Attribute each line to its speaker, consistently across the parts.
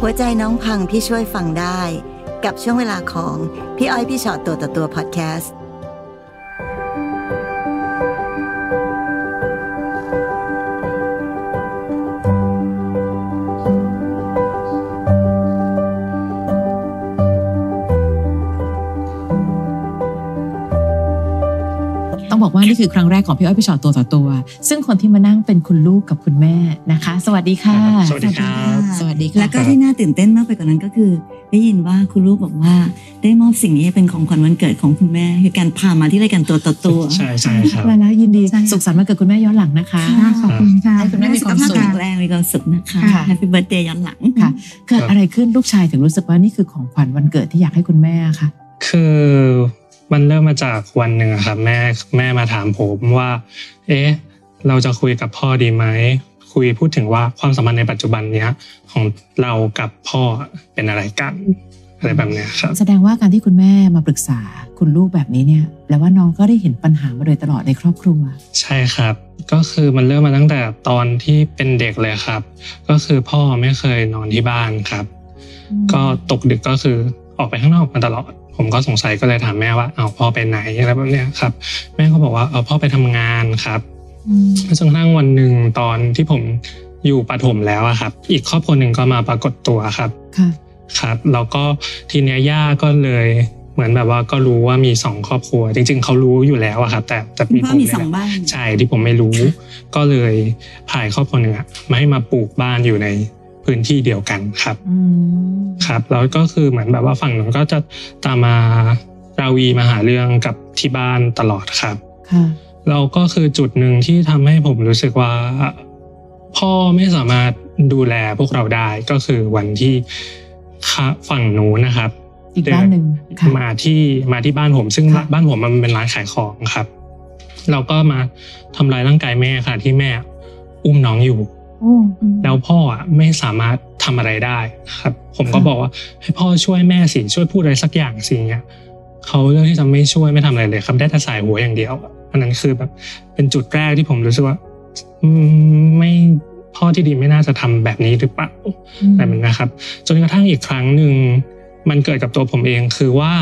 Speaker 1: หัวใจน้องพังพี่ช่วยฟังได้ กับช่วงเวลาของพี่อ้อยพี่ชอตตัวต่อตัวพอดแคสต์
Speaker 2: ต้องบอกว่านี่คือครั้งแรกของพี่อ้อยพี่ชอตตัวต่อตัว ซึ่งคนที่มานั่งเป็นคุณลูกกับคุณแม่นะคะ สวัสดีค่ะ
Speaker 3: ครับสวัสดีครับ
Speaker 2: สวัสดี
Speaker 1: แล้
Speaker 2: ค่ะ
Speaker 1: วก็ที่น่าตื่นเต้นมากไปกว่านั้นก็คือ ได้ยินว่าคุณลูกบอกว่า ได้มอบสิ่งนี้ให้เป็นของขวัญวันเกิดของคุณแม่คือการพามาที่รายการตัวต่อตัว
Speaker 3: ใช่ใช่ครับ
Speaker 2: มาแล้วยินดี
Speaker 1: ใช่ค่ะ
Speaker 2: สุขสันต์วันเกิดคุณแม่ย้อนหลังนะคะ
Speaker 1: ค่ะ
Speaker 4: ขอบคุณค่ะ
Speaker 2: ให้คุณแม่มีความสุข
Speaker 1: แข็งแรงมีความสุขนะคะ
Speaker 2: ค่ะ
Speaker 1: แฮปปี้เบิร์ดเดย์ย้อนหลัง
Speaker 2: ค่ะ เกิดอะไรขึ้นลูกชายถึงรู้สึกว่านี่คือของขวัญวันเกิดที่อยากให้คุณแม่ค่ะ
Speaker 3: คือมันเริ่มมาจากวันหนึ่งอะครับแม่แม่มาถามผมว่า เอ๊ะ เราจะคุยกับพ่อดีไหม คุยพูดถึงว่าความสัมพันธ์ในปัจจุบันเนี้ย ของเรากับพ่อเป็นอะไรกันอะไรแบบเนี้ยครับ
Speaker 2: แสดงว่าการที่คุณแม่มาปรึกษาคุณลูกแบบนี้เนี่ยแปลว่าน้องก็ได้เห็นปัญหามาโดยตลอดในครอบครัว
Speaker 3: ใช่ครับ ก็คือมันเริ่มมาตั้งแต่ตอนที่เป็นเด็กเลยครับ ก็คือพ่อไม่เคยนอนที่บ้านครับ
Speaker 2: อืม
Speaker 3: ก็ตกดึกก็คือออกไปข้างนอกมาตลอด ผมก็สงสัยก็เลยถามแม่ว่าเอาวพ่อไปไหนอะไรแบบเนี้ยครับ แม่ก็บอกว่าเอาพ่อไปทำงานครับจนกระทั่งวันหนึ่งตอนที่ผมอยู่ปฐมแล้วอะครับ อีกครอบครัวหนึ่งก็มาปรากฏตัวครับ
Speaker 2: ค่ะ
Speaker 3: ครับแล้วก็ทีเนี้ยย่าก็เลยเหมือนแบบว่าก็รู้ว่ามีสองครอบครัว จริง ๆเขารู้อยู่แล้วอะครับ แต่แต่
Speaker 1: คุณ
Speaker 3: มี
Speaker 1: พ่อ
Speaker 3: ผม
Speaker 1: มี
Speaker 3: เนี่ย
Speaker 1: สองบ้าน
Speaker 3: ใช่ที่ผมไม่รู้ ก็เลยพายครอบครัวหนึ่งอะมาให้มาปลูกบ้านอยู่ในพื้นที่เดียวกันครับ
Speaker 2: อืม
Speaker 3: ครับแล้วก็คือเหมือนแบบว่าฝั่งนั้นก็จะตามมาราวีมาหาเรื่องกับที่บ้านตลอดครับ
Speaker 2: ค่ะ
Speaker 3: เราก็คือจุดหนึ่งที่ทำให้ผมรู้สึกว่า พ่อไม่สามารถดูแลพวกเราได้ก็คือวันที่ค่ะฝั่งนู้นนะครับ
Speaker 2: อีกบ้านหนึ่งค่ะ
Speaker 3: มาที่มาที่บ้านผมซึ่ง
Speaker 2: ค่ะ
Speaker 3: บ้านผมมันเป็นร้านขายของครับ เราก็มาทำร้ายร่างกายแม่ค่ะ ที่แม่อุ้มน้องอยู่
Speaker 2: โอ้
Speaker 3: แล้วพ่ออะไม่สามารถทำอะไรได้ครับ ผมก็บอกว่าให้พ่อช่วยแม่สิช่วยพูดอะไรสักอย่างสิเงี้ยเขาเลือกที่จะไม่ช่วยไม่ทำอะไรเลยครับได้แต่สายหัวอย่างเดียวอันนั้นคือแบบเป็นจุดแรกที่ผมรู้สึกว่าอืมไม่พ่อที่ดีไม่น่าจะทำแบบนี้หรือเปล่า อะไรแบบนั้นนะครับจนกระทั่งอีกครั้งหนึ่งมันเกิดกับตัวผมเองคือว่า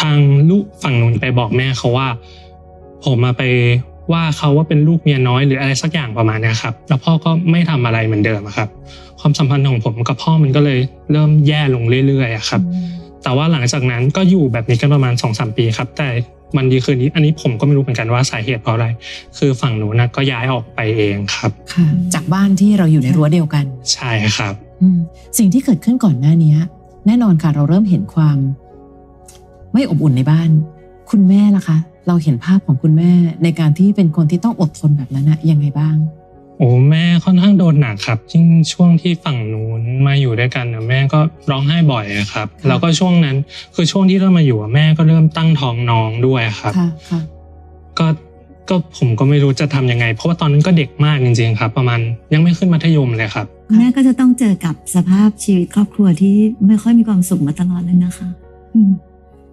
Speaker 3: ทางลูกฝั่งนู้นไปบอกแม่เขาว่า ผมมาไปว่าเขาว่าเป็นลูกเมียน้อยหรืออะไรสักอย่างประมาณเนี้ยครับแล้วพ่อก็ไม่ทำอะไรเหมือนเดิมอะครับ ความสัมพันธ์ของผมกับพ่อมันก็เลยเริ่มแย่ลงเรื่อยๆอะครับ แต่ว่าหลังจากนั้นก็อยู่แบบนี้กันประมาณ2อสปีครับ แต่วันดีคืนนี้อันนี้ผมก็ไม่รู้เหมือนกันว่าสาเหตุเพราะอะไร คือฝั่งหนูนนะก็ย้ายออกไปเองครับ
Speaker 2: ค่ะ จากบ้านที่เราอยู่ในรั้วเดียวกัน
Speaker 3: ใช่ครับ
Speaker 2: อืมสิ่งที่เกิดขึ้นก่อนหน้านี้แน่นอนค่ะเราเริ่มเห็นความ ไม่อบอุ่นในบ้าน คุณแม่ล่ะคะ เราเห็นภาพของคุณแม่ในการที่เป็นคนที่ต้องอดทนแบบนั้นนะยังไงบ้าง
Speaker 3: โอ้แม่ค่อนข้างโดนหนักครับยิ่งช่วงที่ฝั่งนู้นมาอยู่ด้วยกันนะแม่ก็ร้องไห้บ่อยอะครับ
Speaker 2: ค่ะ
Speaker 3: แล้วก็ช่วงนั้นคือช่วงที่เริ่มมาอยู่อะแม่ก็เริ่มตั้งท้องน้องด้วยครับ
Speaker 2: ค่ะค่ะ
Speaker 3: ก็ก็ผมก็ไม่รู้จะทำยังไง เพราะว่าตอนนั้นก็เด็กมากจริงๆครับ ประมาณยังไม่ขึ้นมัธยมเลยครับ
Speaker 1: คุณแม่ก็จะต้องเจอกับสภาพชีวิตครอบครัวที่ไม่ค่อยมีความสุขมาตลอดเลยนะคะอืม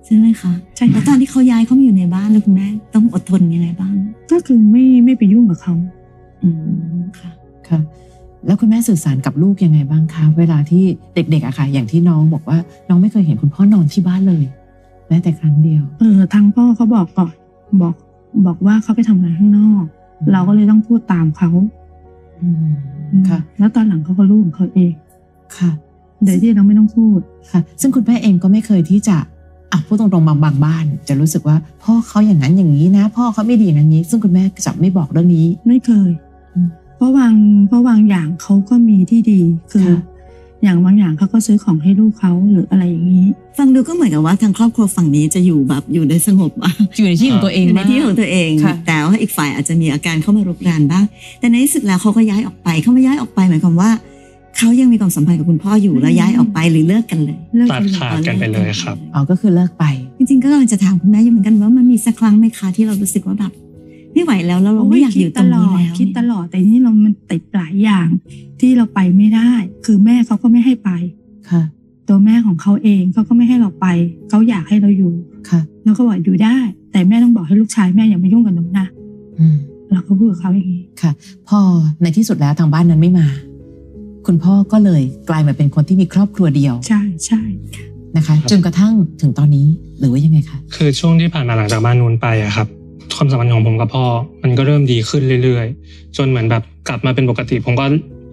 Speaker 1: ใช่ไหมคะ
Speaker 4: ใช่
Speaker 1: แล้วต
Speaker 4: ค่ะ
Speaker 1: อนที่เขาย้ายเขามาอยู่ในบ้านแล้วคุณแม่ต้องอดทนยังไงบ้าง
Speaker 4: ก็คือไม่ไม่ไปยุ่งกับเขา
Speaker 1: อืมค่ะ
Speaker 2: ค่ะ แล้วคุณแม่สื่อสารกับลูกยังไงบ้างคะเวลาที่เด็กๆอะค่ะ อย่างที่น้องบอกว่า น้องไม่เคยเห็นคุณพ่อนอนที่บ้านเลยแม้แต่ครั้งเดียว
Speaker 4: เออทางพ่อเขาบอกก่อนบอกบอกว่าเขาไปทำงานข้างนอก เราก็เลยต้องพูดตามเขา
Speaker 2: อืมค่ะ
Speaker 4: แล้วตอนหลังเขาก็รู้ของเขาเอง
Speaker 2: ค่ะ
Speaker 4: โดยที่เราไม่ต้องพูด
Speaker 2: ค่ะซึ่งคุณแม่เองก็ไม่เคยที่จะอ่ะพูดตรงๆบางบางบ้าน จะรู้สึกว่าพ่อเขาอย่างนั้นอย่างนี้นะ พ่อเขาไม่ดีอย่างนั้นนี้ ซึ่งคุณแม่จะไม่บอกเรื่องนี้
Speaker 4: ไม่เคย
Speaker 2: อืม
Speaker 4: เพราะวางเพราะวางอย่างเขาก็มีที่ดี คือ
Speaker 2: ค่ะ
Speaker 4: อย่างบางอย่างเขาก็ซื้อของให้ลูกเขาหรืออะไรอย่างนี้
Speaker 1: ฟังดูก็เหมือนกับว่าทางครอบครัวฝั่งนี้จะอยู่แบบอยู่ในสงบอะ
Speaker 2: อยู่ในที่ของตัวเอง
Speaker 1: อยู่ใน
Speaker 2: มาก
Speaker 1: ที่ของตัวเอง
Speaker 2: ค่ะ
Speaker 1: แต่ว่าอีกฝ่ายอาจจะมีอาการเข้ามารุกรานบ้าง แต่ในที่สุดแล้วเขาก็ย้ายออกไปเขาไม่ย้ายออกไปหมายความว่าเขายังมีความสัมพันธ์กับคุณพ่ออยู่แล้ว
Speaker 4: อืม
Speaker 1: ย้ายออกไปหรือเลิกกันเลย
Speaker 4: เลิก
Speaker 3: ตัด
Speaker 4: กัน
Speaker 3: ขาดกันไปเลยครับ
Speaker 2: อ๋อก็คือเลิกไป
Speaker 1: จริงๆก็กำลังจะถามคุณแม่อยู่เหมือนกันว่ามันมีสักครั้งไหมคะที่เรารู้สึกว่าแบบไม่ไหวแล้วแล้วเราไม่อยากอยู่ตรงนี้
Speaker 4: โย
Speaker 1: แล้ว
Speaker 4: คิดตลอด แต่นี่เรามันติดหลายอย่าง ที่เราไปไม่ได้ คือแม่เขาก็ไม่ให้ไป
Speaker 2: ค่ะ
Speaker 4: ตัวแม่ของเขาเองเขาก็ไม่ให้เราไป เขาอยากให้เราอยู่
Speaker 2: ค่ะ
Speaker 4: เราก็บอกอยู่ได้ แต่แม่ต้องบอกให้ลูกชายแม่อย่ามายุ่งกับหนูนะ
Speaker 2: อืม
Speaker 4: เราก็พูดกับเขาอย่างนี้
Speaker 2: ค่ะ พอในที่สุดแล้วทางบ้านนั้นไม่มา ค คุณพ่อก็เลยกลายมาเป็นคนที่มีครอบครัวเดียว
Speaker 4: ใช่ใช่
Speaker 2: นะคะ จนกระทั่งถึงตอนนี้หรือว่ายังไงคะ
Speaker 3: คือช่วงที่ผ่านมาหลังจากบ้านนู้นไปอะครับ ความสัมพันธ์ของผมกับพ่อ มันก็เริ่มดีขึ้นเรื่อยๆ จนเหมือนแบบกลับมาเป็นปกติ ผมก็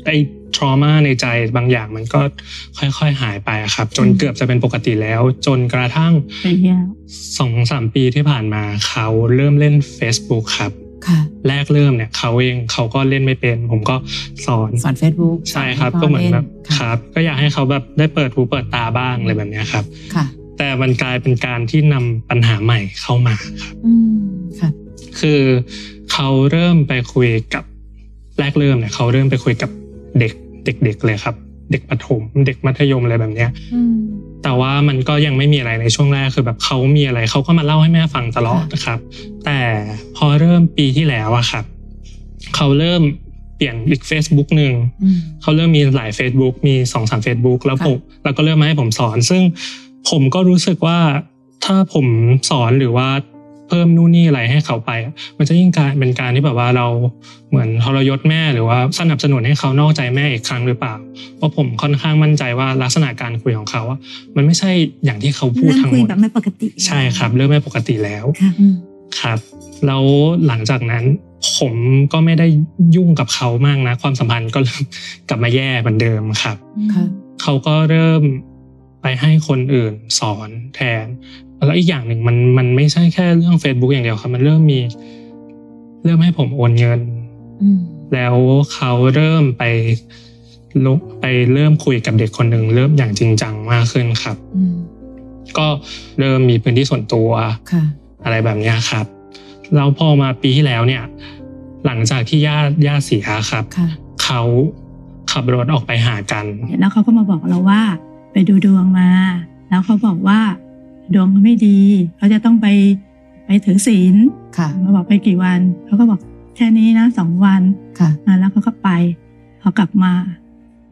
Speaker 3: ไอ้ทรมาในใจบางอย่างมันก็ค่อยๆหายไปอะครับ จน
Speaker 4: อืม
Speaker 3: เกือบจะเป็นปกติแล้ว จนกระทั่ง
Speaker 4: ไปเที่ยว
Speaker 3: สองสามปีที่ผ่านมาเขาเริ่มเล่น Facebook ครับ
Speaker 2: ค่ะ
Speaker 3: แรกเริ่มเนี่ยเขาเองเขาก็เล่นไม่เป็น ผมก็สอน
Speaker 2: สอน Facebook
Speaker 3: ใช่ครับ ก็เหมือนแบบครับ ก็อยากให้เขาแบบได้เปิดหูเปิดตาบ้างอะไรแบบเนี้ยครับ
Speaker 2: ค่ะ
Speaker 3: แต่มันกลายเป็นการที่นำปัญหาใหม่เข้ามาครับ
Speaker 2: อืมค่ะ
Speaker 3: คือเขาเริ่มไปคุยกับแรกเริ่มเนี่ยเขาเริ่มไปคุยกับเด็กเด็ก ๆ เลยครับ เด็กประถม เด็กมัธยมอะไรแบบเนี้ย
Speaker 2: อืม
Speaker 3: แต่ว่ามันก็ยังไม่มีอะไรในช่วงแรกคือแบบเขามีอะไรเขาก็มาเล่าให้แม่ฟังตลอดนะครับ แต่พอเริ่มปีที่แล้วอะครับเขาเริ่มเปลี่ยนอีก Facebook หนึ่ง
Speaker 2: อืม
Speaker 3: เขาเริ่มมีหลาย Facebook มีสองสาม Facebook แล้วผมแล้วก็เริ่มมาให้ผมสอน ซึ่งผมก็รู้สึกว่าถ้าผมสอนหรือว่าเพิ่มนู่นนี่อะไรให้เขาไปอะมันจะยิ่งกลายเป็นการที่แบบว่าเราเหมือนทรยศแม่หรือว่าสนับสนุนให้เขานอกใจแม่อีกครั้งหรือเปล่า เพราะผมค่อนข้างมั่นใจว่าลักษณะการคุยของเขาอะมันไม่ใช่อย่างที่เขาพูด
Speaker 1: เริ่ม
Speaker 3: ทั้ง
Speaker 1: คุ
Speaker 3: ห
Speaker 1: ย
Speaker 3: มด
Speaker 1: แบบไม่ปกติ
Speaker 3: ใช่ครับ เริ่มไม่ปกติแล้ว
Speaker 1: ค่ะ
Speaker 2: อืม
Speaker 3: ครับแล้วหลังจากนั้นผมก็ไม่ได้ยุ่งกับเขามากนะ ความสัมพันธ์ก็เริ่ม กลับมาแย่เหมือนเดิมครับ
Speaker 2: ค่ะ
Speaker 3: เขาก็เริ่มไปให้คนอื่นสอนแทน แล้วอีกอย่างหนึ่งมันมันไม่ใช่แค่เรื่อง Facebook อย่างเดียวครับ มันเริ่มมีเริ่มให้ผมโอนเงิน
Speaker 2: อืม
Speaker 3: แล้วเขาเริ่มไปลุกไปเริ่มคุยกับเด็กคนหนึ่งเริ่มอย่างจริงจังมากขึ้นครับ
Speaker 2: อืม
Speaker 3: ก็เริ่มมีพื้นที่ส่วนตัว
Speaker 2: ค่ะ
Speaker 3: อะไรแบบเนี้ยครับแล้วพอมาปีที่แล้วเนี่ย หลังจากที่ญาติญาติเสียครับ
Speaker 2: ค่ะ
Speaker 3: เขาขับรถออกไปหากัน
Speaker 4: แล้วเขาก็มาบอกเราว่า ไปดูดวงมา แล้วเขาบอกว่า ดวงเขาไม่ดี เขาจะต้องไปไปถือศีล
Speaker 2: ค่ะ
Speaker 4: เราบอกไปกี่วัน เขาก็บอกแค่นี้นะสองวัน
Speaker 2: ค่ะ
Speaker 4: มาแล้วเขาก็ไปพอกลับมา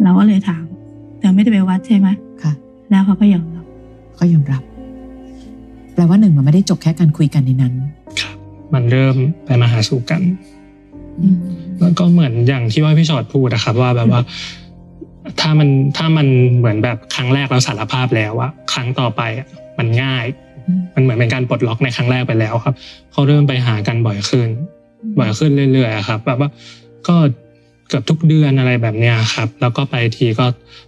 Speaker 4: เราก็เลยถามเธอไม่ได้ไปวัดใช่ไหม
Speaker 2: ค่ะ
Speaker 4: แล้วเขาก็ยอมรับ
Speaker 2: ก็ยอมรับ แปลว่าหนึ่งมันไม่ได้จบแค่การคุยกันในนั้น
Speaker 3: มันเริ่มไปมาหาสู่กัน
Speaker 2: อืม
Speaker 3: แล้วก็เหมือนอย่างที่ว่าพี่ชอดพูดนะครับ ว่าแบบว่า ถ้ามันถ้ามันเหมือนแบบครั้งแรกเราสารภาพแล้วอะครั้งต่อไปอะมันง่าย
Speaker 2: อืม
Speaker 3: มันเหมือนเป็นการปลดล็อกในครั้งแรกไปแล้วครับ เขาเริ่มไปหากันบ่อยขึ้น บ่อยขึ้นเรื่อยๆอะครับ แบบว่าก็เกือบทุกเดือนอะไรแบบเนี้ยครับ แล้วก็ไปทีก็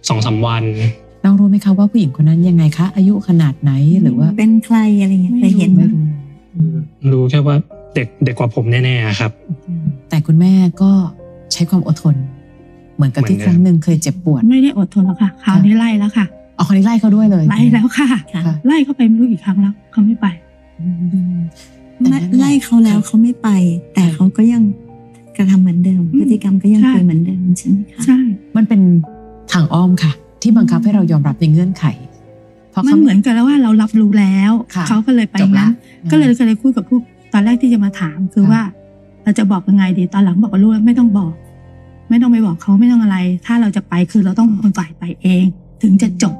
Speaker 3: สองสามวัน
Speaker 2: น้องรู้ไหมคะว่าผู้หญิงคนนั้นยังไงคะ อายุขนาดไหนหรือว่า
Speaker 1: เป็นใครอะไรเงี้ยเคยเห็นไหม
Speaker 2: ไม่รู้อืม
Speaker 3: รู้แค่ว่าเด็กเด็กกว่าผมแน่ๆอะครับ
Speaker 2: แต่คุณแม่ก็ใช้ความอดทน เหมือนกับที่
Speaker 3: เหมื
Speaker 2: ค
Speaker 3: อนเดิม
Speaker 2: รั้งหนึ่งเคยเจ็บปวด
Speaker 4: ไม่ได้อดทนแล้วค่ะคราวนี้ไล่แล้วค่ะ
Speaker 2: เอาคนนี้ไล่เขาด้วยเลย
Speaker 4: ไล่แล้วค่ะ
Speaker 1: ค่ะ
Speaker 2: ค่ะ
Speaker 4: ไล่เขาไปไม่รู้กี่ครั้งแล้วเขาไม่ไป
Speaker 2: อืม
Speaker 1: ไม่ไล่เขาแล้วเขาไม่ไป แต่เขาก็ยังกระทำเหมือนเดิม พฤติกรรมก็ยัง
Speaker 4: ใช่
Speaker 1: เป็นเหมือนเดิมใช่ไหมคะ
Speaker 4: ใช่
Speaker 2: มันเป็นทางอ้อมค่ะ ที่บังคับให้เรายอมรับในเงื่อนไข เพราะ
Speaker 4: มั
Speaker 2: เขา
Speaker 4: นเหมือนกับแล้วว่าเรารับรู้แล้ว
Speaker 2: ค่ะ
Speaker 4: เขาก็เลยไป
Speaker 2: จบละ
Speaker 4: งั้น ก็เลยก็เลยพูดกับผู้ตอนแรกที่จะมาถามคือว่า เราจะบอกยังไงดีตอนหลังบอกว่ารู้แล้วไม่ต้องบอก ไม่ต้องไปบอกเขาไม่ต้องอะไร ถ้าเราจะไปคือเราต้องเป็นคนฝ่ายไปเอง ถึงจะจบ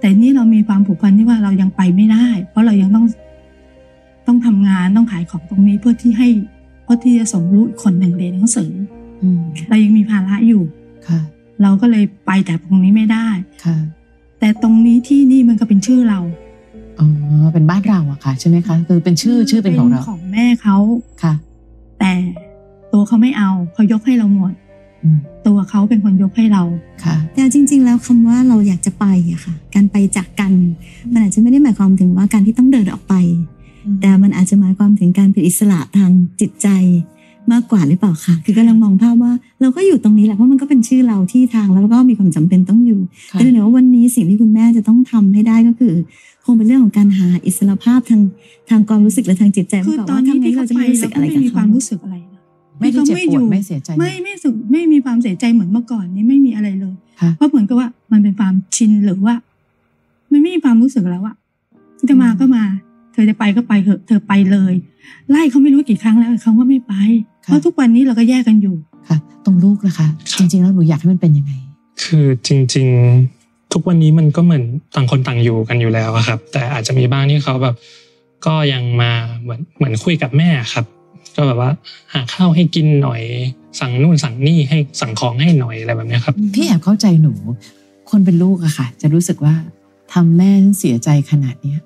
Speaker 4: แต่นี่เรามีความผูกพันที่ว่าเรายังไปไม่ได้ เพราะเรายังต้องต้องทำงานต้องขายของตรงนี้เพื่อที่ให้เพื่อที่จะส่งลูกอีกคนหนึ่งเรียนหนังสือ
Speaker 2: อืม
Speaker 4: เรายังมีภาระอยู่
Speaker 2: ค่ะ
Speaker 4: เราก็เลยไปแต่ตรงนี้ไม่ได้
Speaker 2: ค่ะ
Speaker 4: แต่ตรงนี้ที่นี่มันก็เป็นชื่อเรา
Speaker 2: อ๋อเป็นบ้านเราอะค่ะ ใช่ไหมคะคือเป็นชื่อชื่อเป็นของเรา
Speaker 4: ของแม่เขา
Speaker 2: ค่ะ
Speaker 4: แต่ตัวเขาไม่เอาเขายกให้เราหมด
Speaker 2: อืม
Speaker 4: ตัวเขาเป็นคนยกให้เรา
Speaker 2: ค่ะ
Speaker 1: แต่จริง ๆ แล้วคำว่าเราอยากจะไปอะค่ะ การไปจากกัน มันอาจจะไม่ได้หมายความถึงว่าการที่ต้องเดินออกไป แต่มันอาจจะหมายความถึงการเป็นอิสระทางจิตใจมากกว่าหรือเปล่าคะคือกำลังมองภาพว่าเราก็อยู่ตรงนี้แหละเพราะมันก็เป็นชื่อเราที่ทางแล้วก็มีความจำเป็นต้องอยู่
Speaker 2: ค่ะ
Speaker 1: แต่เดี๋ยววันนี้สิ่งที่คุณแม่จะต้องทำให้ได้ก็คือ คงเป็นเรื่องของการหาอิสรภาพทางทางความรู้สึกและทางจิตใจ
Speaker 4: คื
Speaker 1: มา
Speaker 4: อ
Speaker 1: กก
Speaker 4: ต
Speaker 1: ว่
Speaker 4: อนนี้
Speaker 1: ว่ทำไง
Speaker 4: ที่เขา
Speaker 1: เราจะ
Speaker 4: ไป
Speaker 1: ไม่รู้สึก
Speaker 4: เราก็
Speaker 1: อะไร
Speaker 4: ไม่
Speaker 1: กับ
Speaker 4: มี
Speaker 1: เข
Speaker 4: ความรู้สึกอะไรนะ
Speaker 2: ไม่ได้เจ็บปวดไม่เสียใจนะ
Speaker 4: ไม่ไม่สุขไม่มีความเสียใจเหมือนเมื่อก่อนนี้ไม่มีอะไรเลย
Speaker 2: ค่ะ
Speaker 4: เพราะเหมือนกับว่ามันเป็นความชินหรือว่า มันไม่มีความรู้สึกแล้วอะจะมาก็มา เธอจะไปก็ไปเถอะเธอไปเลย ไล่เขาไม่รู้กี่ครั้งแล้วเขาว่าไม่ไป
Speaker 2: ค่ะ
Speaker 4: เพราะทุกวันนี้เราก็แยกกันอยู่
Speaker 2: ค่ะ ตรงลูกนะคะ จริง ๆ แล้วหนูอยากให้มันเป็นยังไง
Speaker 3: คือจริง ๆ ทุกวันนี้มันก็เหมือนต่างคนต่างอยู่กันอยู่แล้วอะครับ แต่อาจจะมีบ้างที่เขาแบบ ก็ยังมาเหมือนเหมือนคุยกับแม่ครับ ก็แบบว่าหาข้าวให้กินหน่อย สั่งนู่นสั่งนี่ให้สั่งของให้หน่อยอะไรแบบเนี้ยครับ
Speaker 2: พี่แอบเข้าใจหนู คนเป็นลูกอะค่ะ จะรู้สึกว่าทำแม่ฉันเสียใจขนาดเนี้ย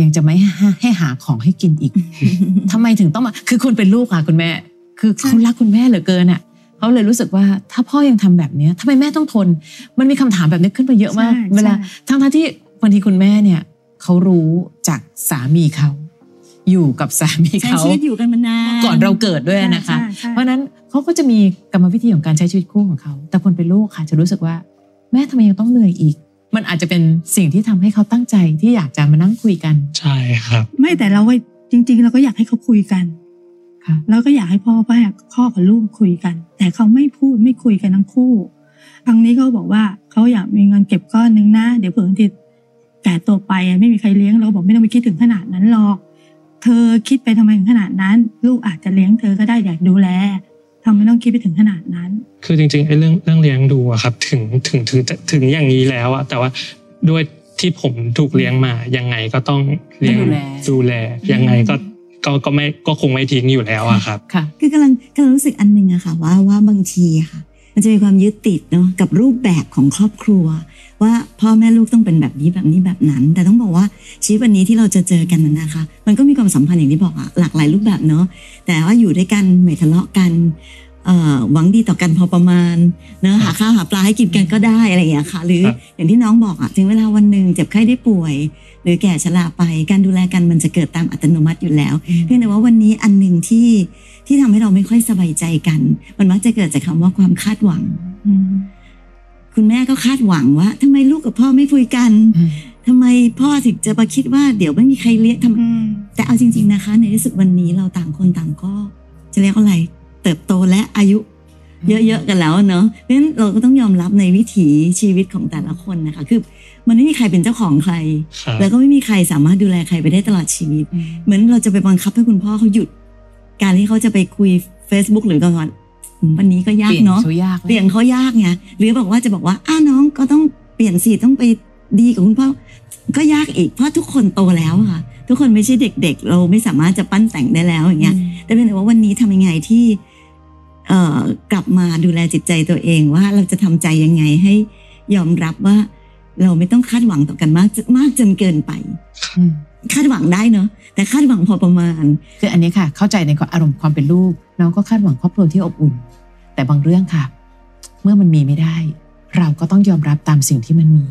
Speaker 2: ยังจะไม่ให้หาของให้กิน อีก ทำไมถึงต้องมา คือคุณเป็นลูกค่ะคุณแม่ คือเขารักคุณแม่เหลือเกินอ่ะเขาเลยรู้สึกว่าถ้าพ่อยังทำแบบเนี้ยทำไมแม่ต้องทน มันมีคำถามแบบนี้ขึ้นมาเยอะมาก
Speaker 4: ใช่
Speaker 2: เวลา
Speaker 4: ใช่
Speaker 2: ทั้งๆที่บางทีคุณแม่เนี่ยเขารู้จากสามีเขาอยู่กับสามี
Speaker 1: ใช้
Speaker 2: เขา
Speaker 1: ชีวิตอยู่กันมานาน
Speaker 2: ก่อนเราเกิดด้วยนะคะ
Speaker 4: ใช่ใช่
Speaker 2: เพราะฉะนั้นเขาก็จะมีกรรมวิธีของการใช้ชีวิตคู่ของเขา แต่คนเป็นลูกค่ะ จะรู้สึกว่า แม่ทำไมยังต้องเหนื่อยอีก มันอาจจะเป็นสิ่งที่ทำให้เขาตั้งใจที่อยากจะมานั่งคุยกัน
Speaker 3: ใช่ครับ
Speaker 4: ไม่แต่เราก็จริง ๆ เราก็อยากให้เขาคุยกัน
Speaker 2: ค่ะ
Speaker 4: เราก็อยากให้พ่อแม่พ่อกับลูกคุยกัน แต่เขาไม่พูดไม่คุยกันทั้งคู่ทางนี้เขาบอกว่าเขาอยากมีเงินเก็บก้อนหนึงนะ เดี๋ยวเผื่อติดแก่ตัวไปอะไม่มีใครเลี้ยงเราก็บอกไม่ต้องไปคิดถึงขนาดนั้นหรอก เธอคิดไปทำไมถึงขนาดนั้น ลูกอาจจะเลี้ยงเธอก็ได้อยากดูแลทำไมต้องคิดไปถึงขนาดนั้น
Speaker 3: คือจริงๆไอ้เรื่องเรื่องเลี้ยงดูอะครับถึงถึงถึงถึงอย่างนี้แล้วอะแต่ว่าด้วยที่ผมถูกเลี้ยงมายังไงก็ต้องเลี้ยง
Speaker 2: ดูแล
Speaker 3: ดูแลยังไงก็ก็ก็ไม่ก็คงไม่ทิ้งอยู่แล้วอะครับ
Speaker 2: ค่ะ
Speaker 1: คือกำลังกำลังรู้สึกอันหนึ่งอะค่ะว่าว่าบางทีอะค่ะ มันจะมีความยึดติดเนาะกับรูปแบบของครอบครัว ว่าพ่อแม่ลูกต้องเป็นแบบนี้แบบนี้แบบนั้น แต่ต้องบอกว่าชีวิตวันนี้ที่เราจะเจอกันน่ะนะคะ มันก็มีความสัมพันธ์อย่างที่บอกอะหลากหลายรูปแบบเนาะแต่ว่าอยู่ด้วยกันไม่ทะเลาะกันเอ่อหวังดีต่อกันพอประมาณเนอะหาข้าวหาปลาให้กินกันก็ได้อะไรอย่างเงี้ยค่ะ หรือ
Speaker 3: ครับ
Speaker 1: อย่างที่น้องบอกอะถึงเวลาวันหนึ่งเจ็บไข้ได้ป่วย หรือแก่ชราไปการดูแลกันมันจะเกิดตามอัตโนมัติอยู่แล้ว เพียงแต่ว่าวันนี้อันหนึ่งที่ที่ทำให้เราไม่ค่อยสบายใจกัน มันมักจะเกิดจากคำว่าความคาดหวัง
Speaker 4: อืม
Speaker 1: คุณแม่ก็คาดหวังว่าทำไมลูกกับพ่อไม่คุยกัน
Speaker 2: อืม
Speaker 1: ทำไมพ่อถึงจะมาคิดว่าเดี๋ยวไม่มีใครเลี้ยงทำไมแต่เอาจริง ๆนะคะ ในที่สุดวันนี้เราต่างคนต่างก็จะเรียกว่าอะไร เติบโตและอายุ เยอะๆกันแล้วเนอะเพราะฉะนั้นเราก็ต้องยอมรับในวิถีชีวิตของแต่ละคนนะคะคือมันไม่มีใครเป็นเจ้าของใคร
Speaker 3: ครับ
Speaker 1: แล้วก็ไม่มีใครสามารถดูแลใครไปได้ตลอดชีวิต
Speaker 2: อืม
Speaker 1: เหมือนเราจะไปบังคับให้คุณพ่อเขาหยุด การที่เขาจะไปคุย Facebook หรือก่อนวันนี้ก็ยากเนาะ
Speaker 2: เปลี่ยนเขายาก
Speaker 1: เปลี่ยนเขายากไงหรือบอกว่าจะบอกว่าอ้าน้องก็ต้องเปลี่ยนสิต้องไปดีกับคุณพ่อก็ยากอีกเพราะทุกคนโตแล้วอะค่ะ ทุกคนไม่ใช่เด็ก ๆ เราไม่สามารถจะปั้นแต่งได้แล้วอย่างเงี้ย แต่เป็นแต่ว่าวันนี้ทำยังไงที่เอ่อกลับมาดูแลจิตใจตัวเองว่าเราจะทำใจยังไงให้ยอมรับว่า เราไม่ต้องคาดหวังต่อกันมากมากจนเกินไป
Speaker 2: อืม
Speaker 1: คาดหวังได้เนอะแต่คาดหวังพอประมาณ
Speaker 2: คืออันนี้ค่ะ เข้าใจในความอารมณ์ความเป็นลูก น้องก็คาดหวังครอบครัวที่อบอุ่น แต่บางเรื่องค่ะ เมื่อมันมีไม่ได้ เราก็ต้องยอมรับตามสิ่งที่มันมี
Speaker 1: มี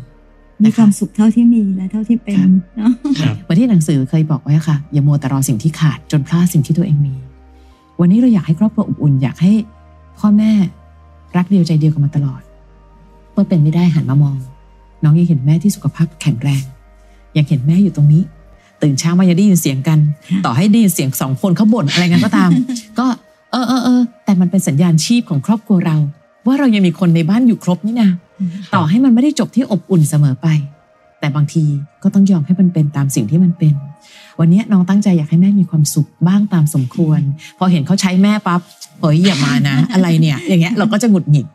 Speaker 2: นะ
Speaker 1: ควา
Speaker 2: คะ
Speaker 1: มสุขเท่าที่มีและเท่าที่เป็น
Speaker 2: ครับ
Speaker 1: เนาะ
Speaker 3: ครับ
Speaker 2: เหมือนที่หนังสือเคยบอกไว้ค่ะ อย่ามัวแต่รอสิ่งที่ขาดจนพลาดสิ่งที่ตัวเองมี วันนี้เราอยากให้ครอบครัวอบอุ่น อยากให้พ่อแม่รักเดียวใจเดียวกันมาตลอด เมื่อเป็นไม่ได้หันมามอง น้องยังเห็นแม่ที่สุขภาพแข็งแรงยังเห็นแม่อยู่ตรงนี้ ตื่นเช้ามายังได้ยินเสียงกัน
Speaker 1: ค่ะ
Speaker 2: ต่อให้ได้ยินเสียงสองคนเขาบ่นอะไรกันก็ตาม ก็เออเออเออแต่มันเป็นสัญญาณชีพของครอบครัวเรา ว่าเรายังมีคนในบ้านอยู่ครบนี่นะ ต่อให้มันไม่ได้จบที่อบอุ่นเสมอไป แต่บางทีก็ต้องยอมให้มันเป็นตามสิ่งที่มันเป็น วันนี้น้องตั้งใจอยากให้แม่มีความสุขบ้างตามสมควร พอเห็นเขาใช้แม่ปั๊บเฮ้ยอย่ามานะ อะไรเนี่ย อย่างเงี้ยเราก็จะหงุดหงิด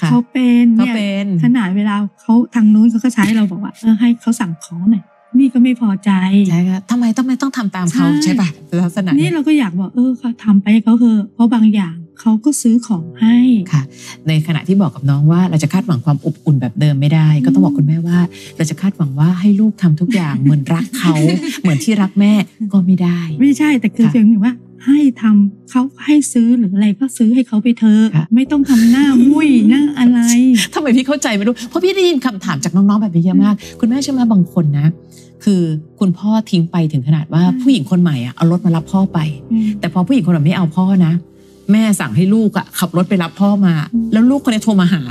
Speaker 2: ค่ะ
Speaker 4: เขาเป็น
Speaker 2: เขา
Speaker 4: เนี่ย
Speaker 2: เป็น
Speaker 4: ขนาดเวลาเขาทางนู้นเขาก็ใช้เราบอกว่าเออให้เขาสั่งของหน่อยนี่ก็ไม่พอใจ
Speaker 2: ใช่ค่ะทำไมต้องไม่ต้องทำตามเขา
Speaker 4: ใช่
Speaker 2: ใช่ป่ะลักษณะ
Speaker 4: นี่เราก็อยากบอกเออเขาทำไปให้เขาเถอะเพราะบางอย่างเขาก็ซื้อของให้
Speaker 2: ค่ะ ในขณะที่บอกกับน้องว่าเราจะคาดหวังความอบอุ่นแบบเดิมไม่ได้ ก็ต้องบอกคุณแม่ว่า เราจะคาดหวังว่าให้ลูกทำทุกอย่างเหมือนรักเขา เหมือนที่รักแม่ก็ไม่ได้
Speaker 4: ไม่ใช่แต่คือ
Speaker 2: ค่ะ
Speaker 4: เพียงอย่างว่าให้ทำเขาให้ซื้อหรืออะไรก็ซื้อให้เขาไปเถอะ
Speaker 2: ค่ะ
Speaker 4: ไม่ต้องทำหน้ามุ้ยหน้าอะไร
Speaker 2: ทำไมพี่เข้าใจไม่รู้ เพราะพี่ได้ยินคำถามจากน้องๆแบบนี้เยอะมาก คุณแม่ใช่ไหมบางคนนะ คือคุณพ่อทิ้งไปถึงขนาดว่า
Speaker 4: อืม
Speaker 2: ผู้หญิงคนใหม่อะเอารถมารับพ่อไป แต่พอผู้หญิงคนนั้นไม่เอาพ่อนะ แม่สั่งให้ลูกอะขับรถไปรับพ่อมา แล้วลูกคนนี้โทรมาหา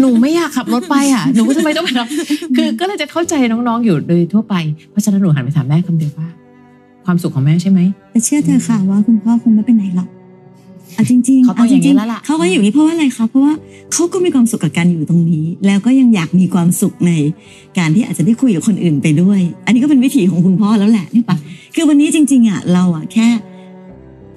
Speaker 2: หนูไม่อยากขับรถไปอะหนูทำไมต้องไปรับคือก็เลยจะเข้าใจน้องๆอยู่โดยทั่วไปเพราะฉะนั้นหนูหันไปถามแม่คำเดียวว่า ความสุขของแม่ใช่ไหม
Speaker 1: แต่เชื่อเธอะค่ะว่าคุณพ่อคงไม่ไปไหนหรอกเอาจริงๆ
Speaker 2: เขาต้องอย่างนี้
Speaker 1: จริ
Speaker 2: แล้วล่ะ
Speaker 1: เขาก็อยู่นี่เพราะว่าอะไรคะเพราะว่าเขาก็มีความสุขกับการอยู่ตรงนี้ แล้วก็ยังอยากมีความสุขในการที่อาจจะได้คุยกับคนอื่นไปด้วย อันนี้ก็เป็นวิถีของคุณพ่อแล้วแหละนี่ปะคือวันนี้จริง ๆอ่ะเราอ่ะแค่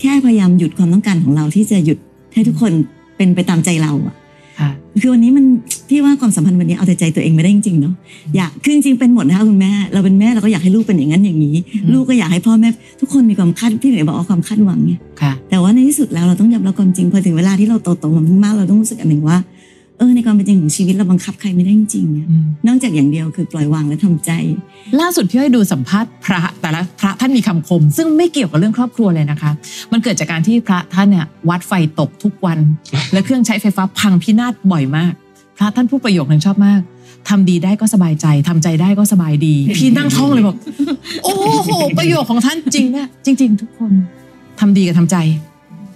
Speaker 1: แค่พยายามหยุดความต้องการของเราที่จะหยุดให้ทุกคนเป็นไปตามใจเราอ่ะ
Speaker 2: ค่ะ
Speaker 1: คือวันนี้มัน พี่ว่าความสัมพันธ์วันนี้เอาแต่ใจตัวเองไม่ได้จริงๆเนาะอยากคือจริงๆเป็นหมดนะคะคุณแม่เราเป็นแม่เราก็อยากให้ลูกเป็นอย่างนั้นอย่างนี้
Speaker 2: อืม
Speaker 1: ลูกก็อยากให้พ่อแม่ทุกคนมีความคาดพี่เหนือบอกว่าความคาดหวังไง
Speaker 2: ค่ะ
Speaker 1: แต่ว่าในที่สุดแล้วเราต้องยอมรับความจริงพอถึงเวลาที่เราโตๆมามากๆเราต้องรู้สึกอันหนึ่งว่าเออในความเป็นจริงของชีวิตเราบังคับใครไม่ได้จริงๆอะนอกจากอย่างเดียวคือปล่อยวางและทำใจ
Speaker 2: ล่าสุดพี่อ้อยดูสัมภาษณ์พระแต่ละพระท่านมีคำคม ซึ่งไม่เกี่ยวกับเรื่องครอบครัวเลยนะคะ มันเกิดจากการที่พระท่านเนี่ยวัดไฟตกทุกวัน และเครื่องใช้ไฟฟ้าพังพินาศบ่อยมาก พระท่านผู้ประโยคนึงชอบมากทำดีได้ก็สบายใจทำใจได้ก็สบายดี พี่นั่งท่องเลยบอกโอ้โหประโยคของท่านจริงเนี่ยจริง ๆ ทุกคนทำดีกับทำใจ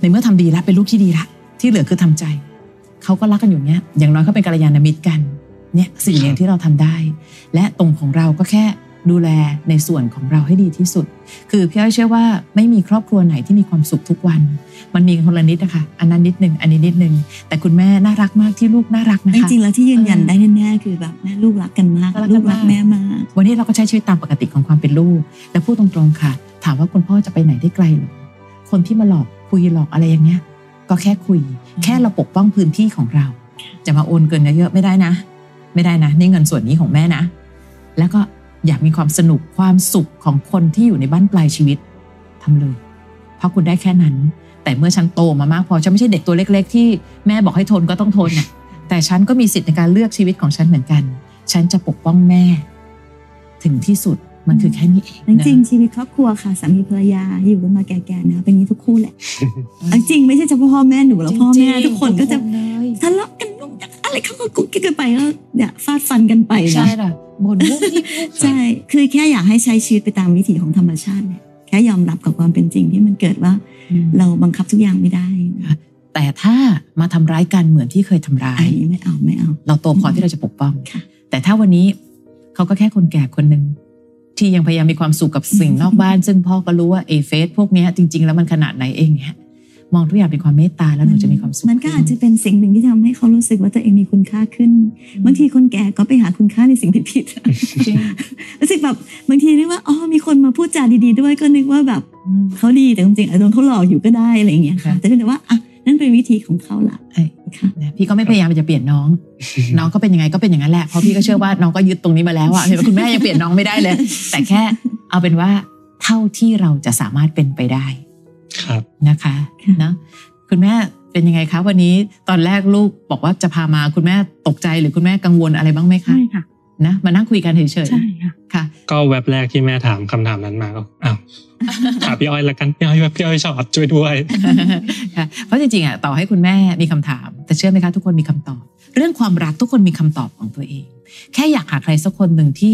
Speaker 2: ในเมื่อทำดีแล้วเป็นลูกที่ดีละที่เหลือคือทำใจเขาก็รักกันอยู่เนี่ยอย่างน้อยเขาเป็นกัลยาณมิตรกันเนี่ยสิ่งหนึ่งที่เราทำได้ และตรงของเราก็แค่ดูแลในส่วนของเราให้ดีที่สุด คือพี่อ้อยเชื่อว่าไม่มีครอบครัวไหนที่มีความสุขทุกวัน มันมีคนละนิดนะคะ อันนั้นนิดหนึ่งอันนี้นิดหนึ่งแต่คุณแม่น่ารักมากที่ลูกน่ารักนะ
Speaker 1: จ
Speaker 2: คะ
Speaker 1: ริงๆแล้วที่ยืนยันได้แน่ๆคือแบบแม่ลูกรักกันมาก
Speaker 2: รักกันมาก
Speaker 1: ลูกรักแม่มาก
Speaker 2: วันนี้เราก็ใช้ชีวิตตามปกติของความเป็นลูก และพูดตรงๆค่ะ ถามว่าคุณพ่อจะไปไหนได้ไกลหรอคนที่มาหลอกคุยหลอกอะไรอย่างเงี้ย ก็แค่คุย แค่เราปกป้องพื้นที่ของเรา จะมาโอนเกินเยอะๆไม่ได้นะ ไม่ได้นะ นี่เงินส่วนนี้ของแม่นะ แล้วก็อยากมีความสนุกความสุขของคนที่อยู่ในบ้านปลายชีวิตทำเลย เพราะคุณได้แค่นั้น แต่เมื่อฉันโตมามากพอฉันไม่ใช่เด็กตัวเล็ก ๆ ที่แม่บอกให้ทนก็ต้องทนน่ะแต่ฉันก็มีสิทธิ์ในการเลือกชีวิตของฉันเหมือนกัน ฉันจะปกป้องแม่ ถึงที่สุดมันคือแค่นี้เอง
Speaker 1: จริงๆชีวิตครอบครัวค่ะสามีภรรยาอยู่กันมาแก่ๆนะคะเป็นอย่างนี้ทุกคู่แหละเอาจริงไม่ใช่เฉพาะพ่อแม่หนูแล้วพ่อแม่ทุกคนก็จะทะเลาะกันลงจากอะไรเขาก็กุ๊กกิ๊กกันไปแล้วเนี่ยฟาดฟันกันไปนะ
Speaker 2: ใช่ล่ะบนมุกนี่
Speaker 1: ใช่ คือแค่อยากให้ใช้ชีวิตไปตามวิถีของธรรมชาติเนี่ยแค่ยอมรับกับความเป็นจริงที่มันเกิดว่าเราบังคับทุกอย่างไม่ได้
Speaker 2: แต่ถ้ามาทำร้ายกันเหมือนที่เคยทำร้า
Speaker 1: อั
Speaker 2: ย
Speaker 1: นนี้ไม่เอาไม่เอา
Speaker 2: เราโตพอที่เราจะปกป้อง
Speaker 1: ค่ะ
Speaker 2: แต่ถ้าวันนี้เขาก็แค่คนแก่คนหนึ่งที่ยังพยายามมีความสุขกับสิ่งนอกบ้าน ซึ่งพ่อก็รู้ว่าเอเฟสพวกเนี้ยจริง ๆ แล้วมันขนาดไหนเองเนี่ยมองทุกอย่างเป็นความเมตตาแล้วหนูจะมีความสุข
Speaker 1: มันก็อาจจะเป็นสิ่งหนึ่งที่ทำให้เขารู้สึกว่าตัวเองมีคุณค่าขึ้น บางทีคนแก่ก็ไปหาคุณค่าในสิ่งผิด
Speaker 2: จริง
Speaker 1: ๆ รู้สึกแบบบางทีนึกว่า อ๋อ มีคนมาพูดจาดีๆด้วยก็นึกว่าแบบ
Speaker 2: อืม
Speaker 1: เขาดี แต่จริงๆอาจจะโดนเขาหลอกอยู่ก็ได้อะไรอย่างเงี้ยค่ะ
Speaker 2: ค่ะ
Speaker 1: แต่เพียงแต่ว่า อ่ะ นั่นเป็นวิธีของเขาละ
Speaker 2: เอ้ย
Speaker 1: ค่ะ
Speaker 2: นะพี่ก็ไม่พยายามจะเปลี่ยนน้อง น้องก็เป็นยังไงก็เป็นอย่างนั้นแหละเพราะพี่ก็เชื่อว่าน้องก็ยึดตรงนี้มาแล้ว อะเห็นไหมคุณแม่ยังเปลี่ยนน้องไม่ได้เลย แต่แค่เอาเป็นว่าเท่าที่เราจะสามารถเป็นไปได้
Speaker 3: ครับ
Speaker 2: นะคะ
Speaker 1: ค่ะ
Speaker 2: เนอะคุณแม่เป็นยังไงคะวันนี้ตอนแรกลูกบอกว่าจะพามาคุณแม่ตกใจหรือคุณแม่กังวลอะไรบ้างไหมคะ
Speaker 4: ใช่ค่ะ
Speaker 2: นะมานั่งคุยกันเฉย
Speaker 4: ใช่ค่ะ
Speaker 2: ๆค่ะ
Speaker 3: ก็แว็บแรกที่แม่ถามคำถามนั้นมาก็อ้าว ถามพี่อ้อยละกันพี่อ้อยว่าพี่อ้อยชอบช่วยด้วย
Speaker 2: ค่ะเพราะจริงๆอ่ะต่อให้คุณแม่มีคำถาม แต่เชื่อไหมคะทุกคนมีคำตอบ เรื่องความรักทุกคนมีคำตอบของตัวเอง แค่อยากหาใครสักคนหนึ่งที่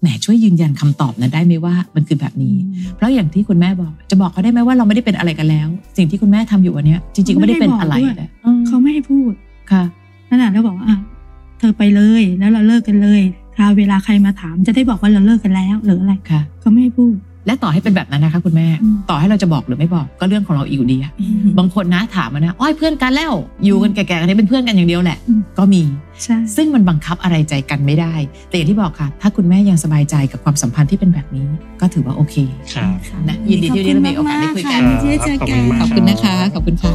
Speaker 2: แหมช่วยยืนยันคำตอบนั้นได้ไหมว่ามันคือแบบนี้ เพราะอย่างที่คุณแม่บอกจะบอกเขาได้ไหมว่าเราไม่ได้เป็นอะไรกันแล้ว สิ่งที่คุณแม่ทำอยู่วันเนี้ยจริงๆก็ไม่ได้เป็นอะไร
Speaker 4: ไม่ได้บอกด้วย
Speaker 2: แล้วอืม
Speaker 4: เขาไม่ให้พูด
Speaker 2: ค่ะ
Speaker 4: นั่นแหละแล้วบอกว่าอ่ะเธอไปเลยแล้วเราเลิกกันเลยถ้าเวลาใครมาถามจะได้บอกว่าเราเลิกกันแล้วหรืออะไร
Speaker 2: ค่ะ
Speaker 4: เขาไม่ให้พูด
Speaker 2: และต่อให้เป็นแบบนั้นนะคะคุณแม่
Speaker 4: อืม
Speaker 2: ต่อให้เราจะบอกหรือไม่บอกก็เรื่องของเราอีกอยู่ดีอะบางคนนะถามมานะอ้อยเพื่อนกันแล้ว อยู่กันแก่ๆกันนี้เป็นเพื่อนกันอย่างเดียวแหละ
Speaker 4: อืม
Speaker 2: ก็มี
Speaker 4: ใช่
Speaker 2: ซึ่งมันบังคับอะไรใจกันไม่ได้ แต่อย่างที่บอกค่ะ ถ้าคุณแม่ยังสบายใจกับความสัมพันธ์ที่เป็นแบบนี้ ก็ถือว่าโอเค
Speaker 3: ครับ
Speaker 1: ค่ะ
Speaker 2: นะยินดีที่ได้มีโอกาสได้คุยกัน
Speaker 1: ขอบณมากๆค่ะที่ได้เจอ
Speaker 3: ขอบคุ
Speaker 1: กั
Speaker 3: ณ
Speaker 1: น
Speaker 3: มาก
Speaker 2: ขอบคุณนะคะ ขอบคุณค่ะ